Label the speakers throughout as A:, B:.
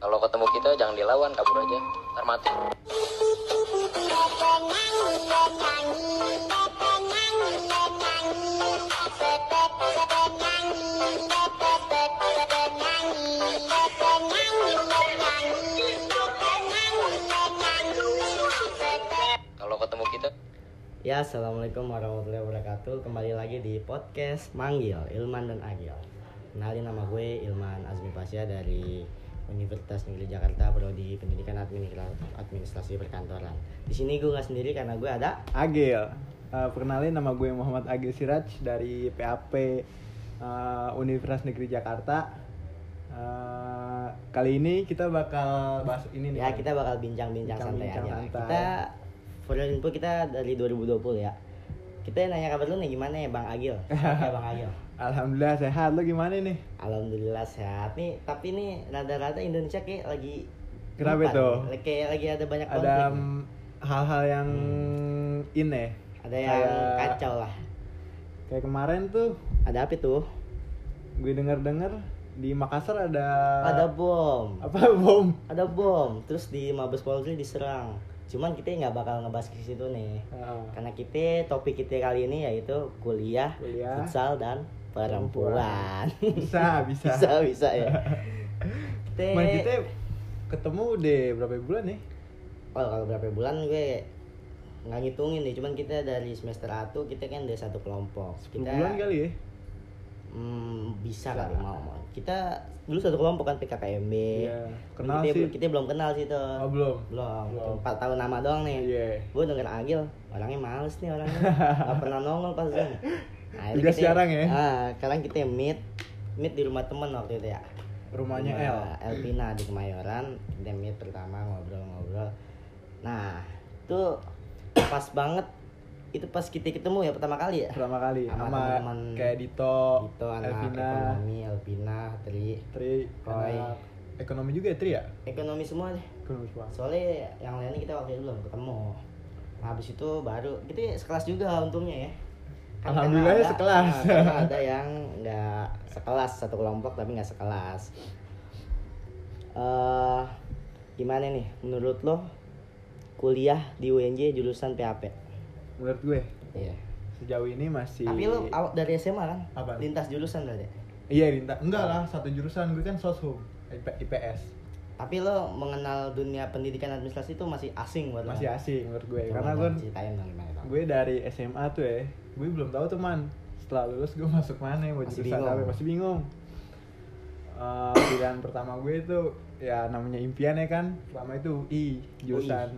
A: Kalau ketemu kita jangan dilawan, kabur aja. Ntar mati. Kalau ketemu kita
B: Ya, assalamualaikum warahmatullahi wabarakatuh. Kembali lagi di podcast Manggil Ilman dan Agil. Kenalin nama gue Ilman Azmi Pasya dari Universitas Negeri Jakarta Prodi Pendidikan Administra- Administrasi Perkantoran. Di sini gue nggak sendiri karena gue ada.
C: Agil. Eh, perkenalin nama gue Muhammad Agil Siraj dari PAP eh, Universitas Negeri Jakarta. Eh, kali ini kita bakal bahas ini nih.
B: Ya, kita bakal bincang-bincang santai
C: Bincang-bincang
B: aja. lah.
C: santai.
B: Kita for your info kita dari 2020 ya. Kita nanya kabar lu nih gimana ya Bang Agil? ya Bang Agil.
C: Alhamdulillah sehat. Lo gimana nih?
B: Alhamdulillah sehat nih, tapi nih rada-rada Indonesia kayak lagi
C: Kenapa
B: empat
C: itu?
B: nih. Kayak lagi ada banyak Ya, konflik.
C: Ada
B: nih. Hmm.
C: mm, hal-hal yang in ya.
B: ada yang
C: kayak-
B: kacau lah.
C: Kayak kemarin tuh
B: Ada apa tuh?
C: gue denger-denger di Makassar ada
B: Ada bom.
C: apa bom.
B: Ada bom, terus di Mabes Polri diserang. Cuman kita nggak bakal ngebahas ke situ nih.
C: Heeh.
B: Karena kita topik kita kali ini yaitu kuliah,
C: Kuliah.
B: futsal dan perempuan.
C: Bisa, bisa.
B: bisa bisa ya. kita
C: Kemarin kita ketemu deh berapa bulan nih?
B: Oh, kalau berapa bulan gue nggak ngitungin nih, cuman kita dari semester 1 kita kan dari satu kelompok.
C: 10
B: Kita
C: bulan kali ya?
B: Hmm, bisa
C: Bisa.
B: kali mau, mau. Kita dulu satu kelompok kan PKKMB.
C: Iya, kenal
B: kita,
C: sih.
B: Kita belum kenal sih tuh.
C: Oh, belum.
B: Belum.
C: Belum.
B: Empat tahun nama doang nih.
C: Iya.
B: Gue denger Agil, orangnya males nih orangnya. Gak pernah nongol pas Zoom. Nah, akhirnya
C: Tugas jarang ya?
B: Ah, sekarang kita meet meet di rumah temen waktu itu ya.
C: Rumahnya L.
B: Rumah Elvina di Kemayoran, kita meet pertama ngobrol-ngobrol. Nah, itu pas banget itu pas kita ketemu ya pertama kali ya.
C: Pertama kali
B: Sama
C: sama
B: teman-teman
C: kayak Dito,
B: Dito anak
C: Oh, Elvina,
B: ekonomi, Elvina, Tri,
C: Tri,
B: Koi.
C: anak ekonomi juga ya Tri ya?
B: ekonomi semua deh.
C: Ekonomi semua.
B: Soalnya yang lainnya kita waktu itu belum ketemu. Nah, habis itu baru kita sekelas juga untungnya ya.
C: Alhamdulillah ya
B: karena ada-
C: sekelas.
B: nah, karena ada yang nggak sekelas satu kelompok tapi nggak sekelas. eh gimana nih menurut lo kuliah di UNJ jurusan PAP?
C: Menurut gue
B: Iya.
C: sejauh ini masih
B: Tapi lo awal dari SMA kan?
C: Apa?
B: Lintas jurusan berarti.
C: Iya, Rinta. Enggak lah, satu jurusan gue kan soshum, IP- IPS.
B: Tapi lo mengenal dunia pendidikan administrasi itu masih asing buat lo.
C: Masih
B: kan?
C: asing menurut gue
B: Coba
C: karena
B: dong,
C: gue
B: ceritain dong gimana dong.
C: gue dari SMA tuh ya gue belum tahu teman setelah lulus gue masuk mana ya, mau
B: Masih
C: jurusan
B: bingung.
C: apa masih bingung Eh, pilihan pertama gue itu ya namanya impian ya kan pertama itu UI jurusan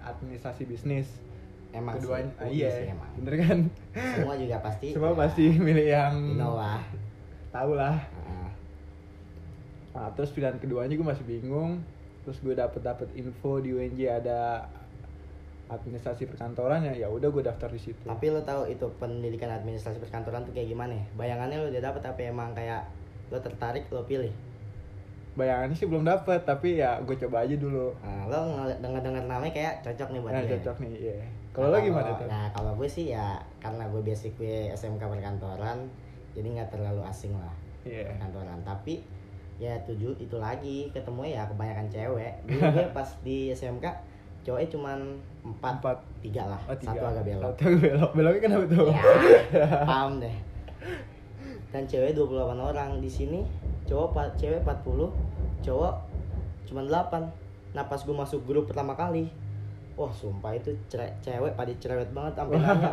C: administrasi bisnis
B: Emang sih,
C: keduanya ah,
B: UI
C: iya
B: sih emang.
C: bener kan
B: Semua juga pasti.
C: semua pasti milih yang
B: Ino lah.
C: tahu lah
B: Heeh.
C: Nah, terus pilihan keduanya gue masih bingung. Terus gue dapet dapet info di UNJ ada administrasi perkantoran ya. Ya udah gue daftar di situ.
B: Tapi lo tahu itu pendidikan administrasi perkantoran tuh kayak gimana? ya? Bayangannya lo udah dapet apa emang kayak lo tertarik lo pilih?
C: Bayangannya sih belum dapet, tapi ya gue coba aja dulu.
B: Nah, lo denger dengar namanya kayak cocok nih buat
C: Nah,
B: gue.
C: cocok nih, iya. Kalau lo gimana tuh?
B: Nah kalau gue sih ya karena gue basic gue SMK perkantoran jadi nggak terlalu asing lah
C: Iya.
B: perkantoran tapi ya tujuh itu lagi ketemu ya kebanyakan cewek dulu gue pas di SMK cowoknya cuman empat,
C: Empat.
B: tiga lah
C: Oh, tiga.
B: satu agak belok
C: Satu agak belok. Beloknya kenapa tuh?
B: ya paham deh dan cewek 28 orang di sini cowok pa- cewek 40 cowok cuman 8 nah pas gue masuk grup pertama kali wah sumpah itu cere- cewek pada cerewet banget sampai nanya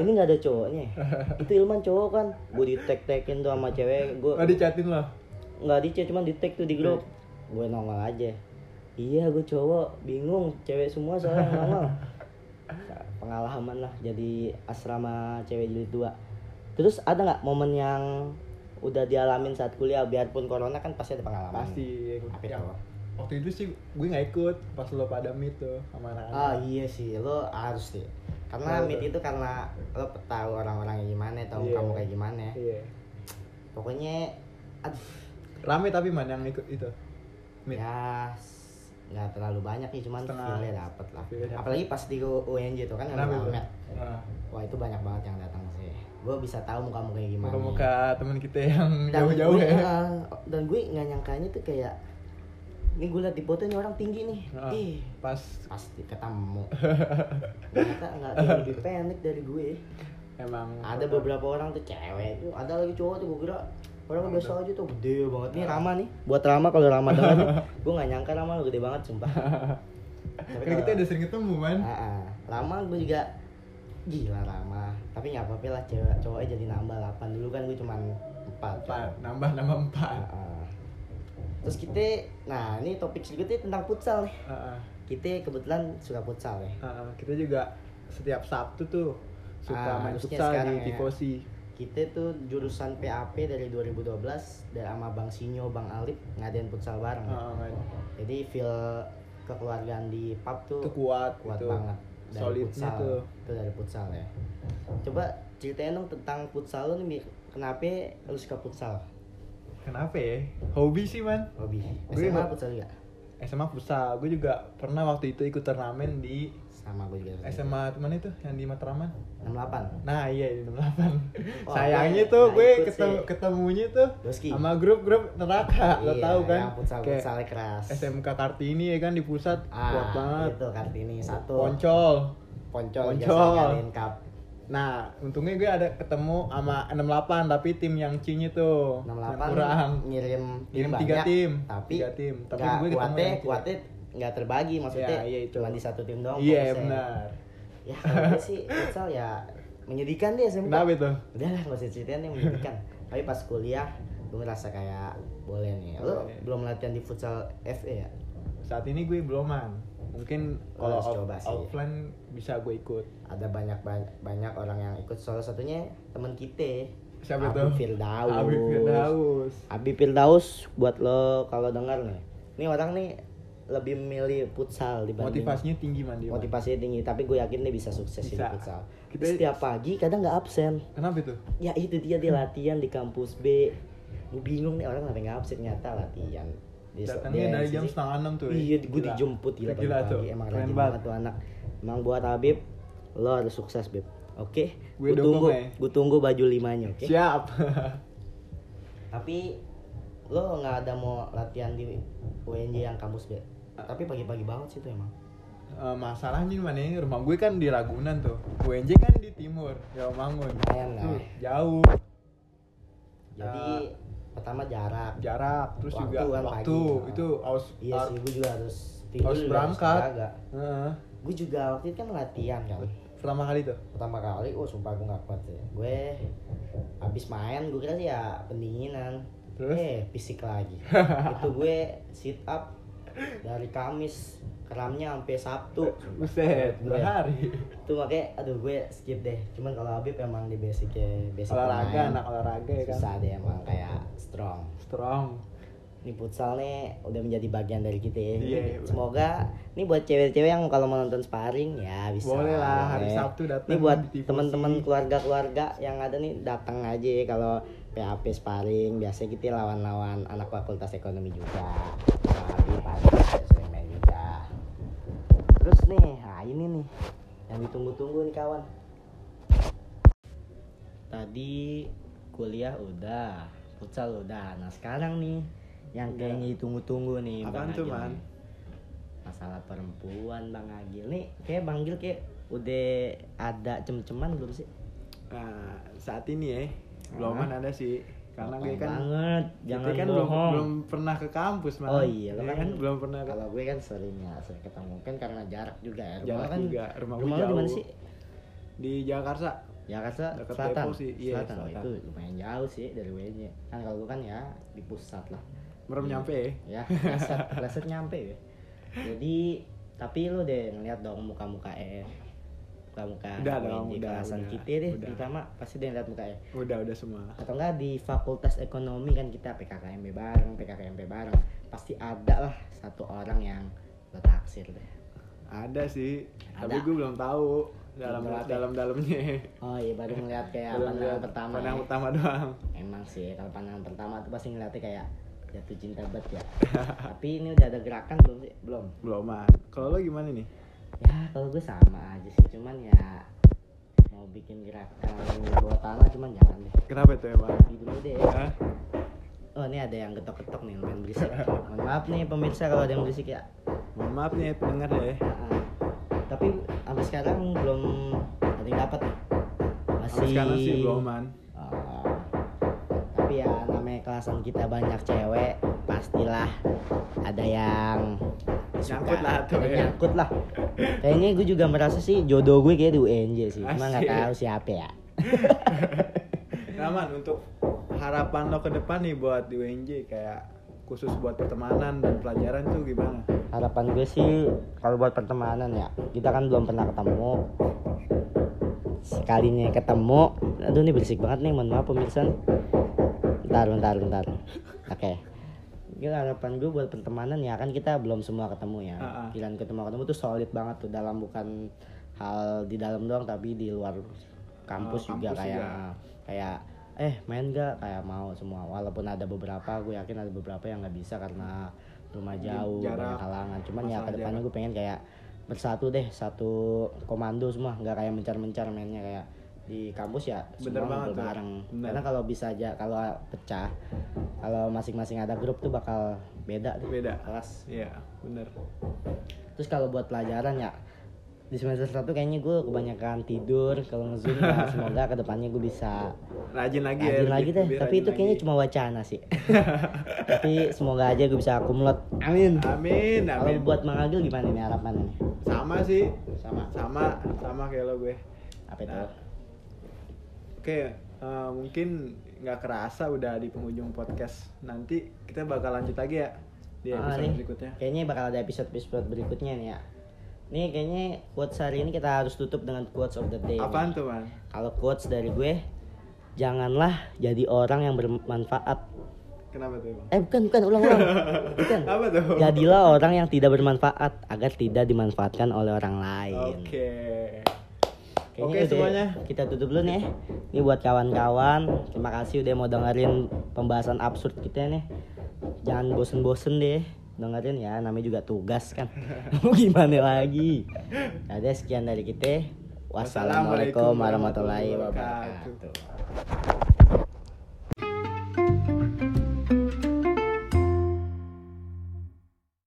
B: ini nggak ada cowoknya itu ilman cowok kan gue di tag tagin tuh sama cewek gue
C: Oh, dicatin lo.
B: nggak di chat cuman di tag tuh di grup gue nongol aja iya gue cowok bingung cewek semua soalnya yang nongol Nah, pengalaman lah jadi asrama cewek jilid dua terus ada nggak momen yang udah dialamin saat kuliah biarpun corona kan pasti ada pengalaman
C: Pasti.
B: Apa
C: Ya,
B: itu?
C: Waktu itu sih gue nggak ikut pas lo pada meet tuh sama
B: ah
C: anak-anak.
B: iya sih lo harus sih karena
C: Kenapa
B: meet
C: tuh?
B: itu karena lo tahu orang-orangnya gimana tahu
C: Iya.
B: kamu kayak gimana
C: Iya.
B: pokoknya aduh
C: Rame tapi man yang ikut itu. Meet.
B: ya s- nggak terlalu banyak sih cuman
C: Setengah.
B: feel-nya dapet lah
C: Feel-nya dapet.
B: apalagi pas di UNJ itu kan yang
C: Kenapa itu?
B: rame.
C: Nah.
B: wah itu banyak banget yang datang sih gue bisa tahu muka mukanya gimana
C: muka-muka teman kita yang
B: Dan
C: jauh-jauh
B: gue,
C: ya
B: eh, dan gue nggak nyangkanya tuh kayak ini gue liat di foto ini orang tinggi nih
C: Ah,
B: ih
C: pas
B: pasti ketemu ternyata nggak ada yang lebih pendek dari gue
C: emang
B: ada beberapa orang tuh cewek tuh ada lagi cowok tuh gue kira orang biasa aja tuh gede banget nih Rama nih buat Rama kalau Rama denger nih, gue nggak nyangka Rama lu gede banget sumpah tapi
C: kan kita
B: kalau-
C: udah sering ketemu man
B: Ah, ah. Rama gue juga gila Rama tapi nggak apa-apa lah cewek cowoknya jadi nambah 8 dulu kan gue cuman 4
C: empat nambah nambah empat
B: terus kita nah ini topik sedikit nih tentang futsal nih
C: Heeh.
B: kita kebetulan suka futsal ya
C: Heeh, Ah, kita juga setiap Sabtu tuh
B: Ah,
C: suka main
B: harusnya
C: futsal
B: sekarang
C: di
B: ya.
C: tifosi
B: kita tuh jurusan PAP dari 2012 dan sama Bang Sinyo, Bang Alip ngadain futsal bareng.
C: Heeh, Ah, main.
B: Jadi feel kekeluargaan di pub tuh
C: itu kuat,
B: kuat
C: gitu.
B: banget dari
C: Solidnya
B: futsal.
C: tuh.
B: Itu dari futsal ya. Coba ceritain dong tentang futsal lu nih, Mi. kenapa lu suka futsal?
C: kenapa ya hobi sih man
B: Hobi.
C: Gue
B: SMA
C: hobi.
B: futsal juga.
C: SMA futsal gue juga pernah waktu itu ikut turnamen di
B: Sama gue juga.
C: SMA mana itu yang di Matraman
B: 68.
C: nah iya di 68
B: Wah,
C: sayangnya
B: gue
C: tuh
B: nggak
C: gue
B: ikut
C: ketemu
B: sih.
C: ketemunya tuh
B: Doski.
C: sama grup-grup neraka lo
B: Iya,
C: tau kan
B: yang futsal
C: Kayak
B: futsal keras.
C: SMK Kartini ya kan di pusat
B: Ah,
C: kuat banget
B: itu Kartini satu.
C: poncol
B: Poncol, biasa
C: Poncol.
B: nyalain cup.
C: nah untungnya gue ada ketemu sama 68 tapi tim yang C-nya tuh
B: 68
C: kurang
B: ngirim
C: Ngirim
B: banyak,
C: tiga tim.
B: tapi
C: Tiga tim. Tapi
B: nggak
C: gue ketemu
B: kuatnya
C: yang tiga.
B: kuatnya nggak terbagi maksudnya
C: Ya, iya itu.
B: cuma di satu tim doang
C: iya
B: fokusnya.
C: benar
B: ya kalau gue sih futsal ya menyedihkan deh SMK
C: kenapa itu
B: udah lah nggak usah ceritain yang menyedihkan tapi pas kuliah gue ngerasa kayak boleh nih lo
C: Boleh.
B: belum latihan di futsal FE ya
C: saat ini gue belum man mungkin
B: Lo
C: kalau
B: harus
C: off-
B: coba sih.
C: offline bisa gue ikut
B: ada banyak banyak, banyak orang yang ikut salah satunya teman kita
C: siapa
B: Abi
C: tuh
B: Firdaus.
C: Abi Firdaus
B: Abi Firdaus buat lo kalau dengar nih ini orang nih lebih milih futsal dibanding
C: motivasinya tinggi man dia, Man.
B: motivasinya tinggi tapi gue yakin dia bisa sukses di
C: iya, Bisa.
B: futsal
C: Kita-
B: setiap pagi kadang nggak absen
C: kenapa itu
B: ya itu dia dia latihan di kampus B gue bingung nih orang kenapa nggak absen nyata latihan Di-
C: datangnya
B: di-
C: dari
B: di-
C: jam setengah enam tuh ya.
B: iya gue
C: Gila.
B: dijemput gila,
C: gila
B: pagi-pagi.
C: tuh
B: emang
C: keren
B: rajin banget
C: banget
B: tuh anak emang buat Habib lo harus sukses Bib oke
C: Gue
B: gue
C: dukung,
B: tunggu
C: ya.
B: gue tunggu baju limanya oke
C: siap
B: tapi lo nggak ada mau latihan di UNJ yang kampus B tapi pagi-pagi banget sih itu emang
C: Eh, masalahnya mana ya, rumah gue kan di Ragunan tuh UNJ kan di timur Jawa Mangun
B: lumayan lah
C: Tuh, jauh
B: Hmm. jadi pertama jarak
C: jarak terus
B: Waktu
C: juga
B: kan
C: waktu
B: pagi.
C: itu harus
B: iya sih gue juga harus tidur
C: harus
B: juga
C: berangkat.
B: olahraga.
C: Heeh.
B: gue juga waktu itu kan latihan kan
C: pertama kali tuh
B: pertama kali oh sumpah gue gak kuat ya gue habis main gue kira sih ya pendinginan
C: Terus?
B: eh fisik lagi itu gue sit up dari Kamis keramnya sampai Sabtu
C: Buset, dua
B: Iya.
C: hari
B: itu makanya aduh gue skip deh cuman kalau Habib emang di basic basic
C: olahraga
B: pemain,
C: anak olahraga ya kan
B: susah deh emang kayak strong
C: strong
B: ini futsal nih udah menjadi bagian dari kita ya.
C: Iya, iya.
B: Semoga ini buat cewek-cewek yang kalau mau nonton sparring ya bisa.
C: Boleh lah, hari
B: Boleh.
C: Sabtu datang
B: Ini buat
C: di tifosi.
B: teman-teman keluarga-keluarga yang ada nih datang aja ya kalau PAP sparring biasanya kita lawan-lawan anak fakultas ekonomi juga. Tapi sering main juga. Terus nih, nah ini nih yang ditunggu-tunggu nih kawan. Tadi kuliah udah, futsal udah. Nah sekarang nih yang kayaknya ditunggu-tunggu nih Bang
C: Apaan tuh,
B: Agil
C: Man?
B: nih. Masalah perempuan Bang Agil nih, kayak Bang Agil kayak udah ada cem-ceman belum sih?
C: nah saat ini ya belum
B: Hah?
C: ada sih karena
B: Gampang
C: gue kan
B: banget, jangan
C: kita kan belum,
B: bohong.
C: belum pernah ke kampus man
B: Oh iya, lo
C: Iya
B: kan,
C: kan belum pernah ke
B: Kalau gue kan sering ya, sering ketemu kan karena jarak juga ya. Rumah
C: jalan
B: kan,
C: juga rumah gue
B: rumah lo di
C: jauh
B: mana sih?
C: di Jakarta
B: Jakarta
C: Dekat
B: Selatan.
C: Depok sih, iya,
B: selatan. Oh,
C: selatan.
B: itu lumayan jauh sih dari WNY. Kan kalau gue kan ya di pusat lah.
C: merem nyampe ya
B: Ya, leset, leset nyampe ya. Jadi tapi lu deh ngeliat dong muka-muka eh muka-muka
C: Udah
B: anak
C: dong,
B: WNY
C: udah,
B: kelasan
C: udah,
B: kita deh
C: udah.
B: terutama pasti deh ngeliat muka eh
C: udah udah semua
B: atau enggak di fakultas ekonomi kan kita PKKMB bareng PKKMB bareng pasti ada lah satu orang yang lo taksir deh
C: ada sih tapi
B: Ada.
C: gue belum tahu dalam
B: tahu apa ya?
C: dalam dalamnya
B: oh iya baru ngeliat kayak
C: Belum
B: pandangan
C: lihat
B: pertama
C: pandangan
B: ya.
C: pertama doang
B: Emang sih kalau pandangan pertama tuh pasti ngeliatnya kayak jatuh cinta banget ya. Tapi ini udah ada gerakan belum sih? Belum.
C: belum man kalau lo gimana nih
B: Ya kalau gue sama aja sih, cuman ya mau bikin gerakan di bawah tanah cuman jangan deh.
C: kenapa tuh emang
B: Di dulu deh.
C: Hah?
B: oh ini ada yang getok-getok nih lumayan berisik mohon maaf nih pemirsa kalau ada yang berisik ya
C: Mohon maaf nih pendengar ya.
B: Heeh. tapi sampai sekarang belum ada yang dapat nih
C: Sampai sekarang sih belum man.
B: Oh. tapi ya namanya kelasan kita banyak cewek pastilah ada yang suka.
C: Nyangkut lah tuh
B: Ada
C: ya.
B: nyangkut lah kayaknya gue juga merasa sih jodoh gue kayak di UNJ sih cuma nggak
C: Asik.
B: tahu siapa ya
C: Nah man untuk harapan lo ke depan nih buat di UNJ kayak khusus buat pertemanan dan pelajaran tuh gimana?
B: harapan gue sih kalau buat pertemanan ya kita kan belum pernah ketemu sekalinya ketemu aduh ini berisik banget nih mohon maaf pemirsa nih. bentar bentar bentar oke Gila, harapan gue buat pertemanan ya kan kita belum semua ketemu ya
C: Ah, ah.
B: Giliran ketemu ketemu tuh solid banget tuh dalam bukan hal di dalam doang tapi di luar kampus,
C: Ah,
B: juga
C: kampus
B: kayak
C: juga.
B: kayak eh main gak kayak mau semua walaupun ada beberapa gue yakin ada beberapa yang nggak bisa karena rumah
C: Mungkin
B: jauh
C: jarak,
B: banyak halangan cuman ya
C: masalah
B: kedepannya gue pengen kayak bersatu deh satu komando semua nggak kayak mencar-mencar mainnya kayak di kampus ya semua
C: Bener banget
B: ngobrol
C: tuh.
B: bareng
C: Bener.
B: karena kalau bisa aja kalau pecah kalau masing-masing ada grup tuh bakal beda deh
C: Beda.
B: kelas
C: Iya bener.
B: terus kalau buat pelajaran ya di semester satu kayaknya gue kebanyakan tidur kalau ngezoom ya semoga kedepannya gue bisa
C: Rajin lagi ya.
B: rajin lagi
C: lebih-
B: deh
C: lebih
B: tapi
C: rajin
B: itu kayaknya
C: lagi.
B: cuma wacana sih tapi semoga aja gue bisa kumlot amin
C: Amin
B: kalau
C: amin.
B: buat Mang Agil gimana nih harapannya nih?
C: Sama sih
B: sama
C: sama sama kayak lo gue.
B: apa itu
C: Nah, Oke, eh, mungkin nggak kerasa udah di penghujung podcast. Nanti kita bakal lanjut lagi ya di
B: Ah,
C: episode
B: nih.
C: berikutnya.
B: Kayaknya bakal ada episode-episode berikutnya nih ya. Nih kayaknya quotes hari ini kita harus tutup dengan quotes of the day. nih.
C: Apaan tuh man?
B: Kalau quotes dari gue, janganlah jadi orang yang bermanfaat.
C: Kenapa tuh bang?
B: Eh bukan bukan ulang-ulang. bukan.
C: Apa tuh?
B: Jadilah orang yang tidak bermanfaat agar tidak dimanfaatkan oleh orang lain.
C: Oke.
B: iya. Kayaknya
C: Oke
B: udah-
C: semuanya.
B: Kita tutup dulu nih. Ini buat kawan-kawan, terima kasih udah mau dengerin pembahasan absurd kita nih. Jangan bosen-bosen deh dengerin ya, namanya juga tugas kan. Mau gimana lagi? Nah, Ada sekian dari kita. Wassalamualaikum warahmatullahi wabarakatuh.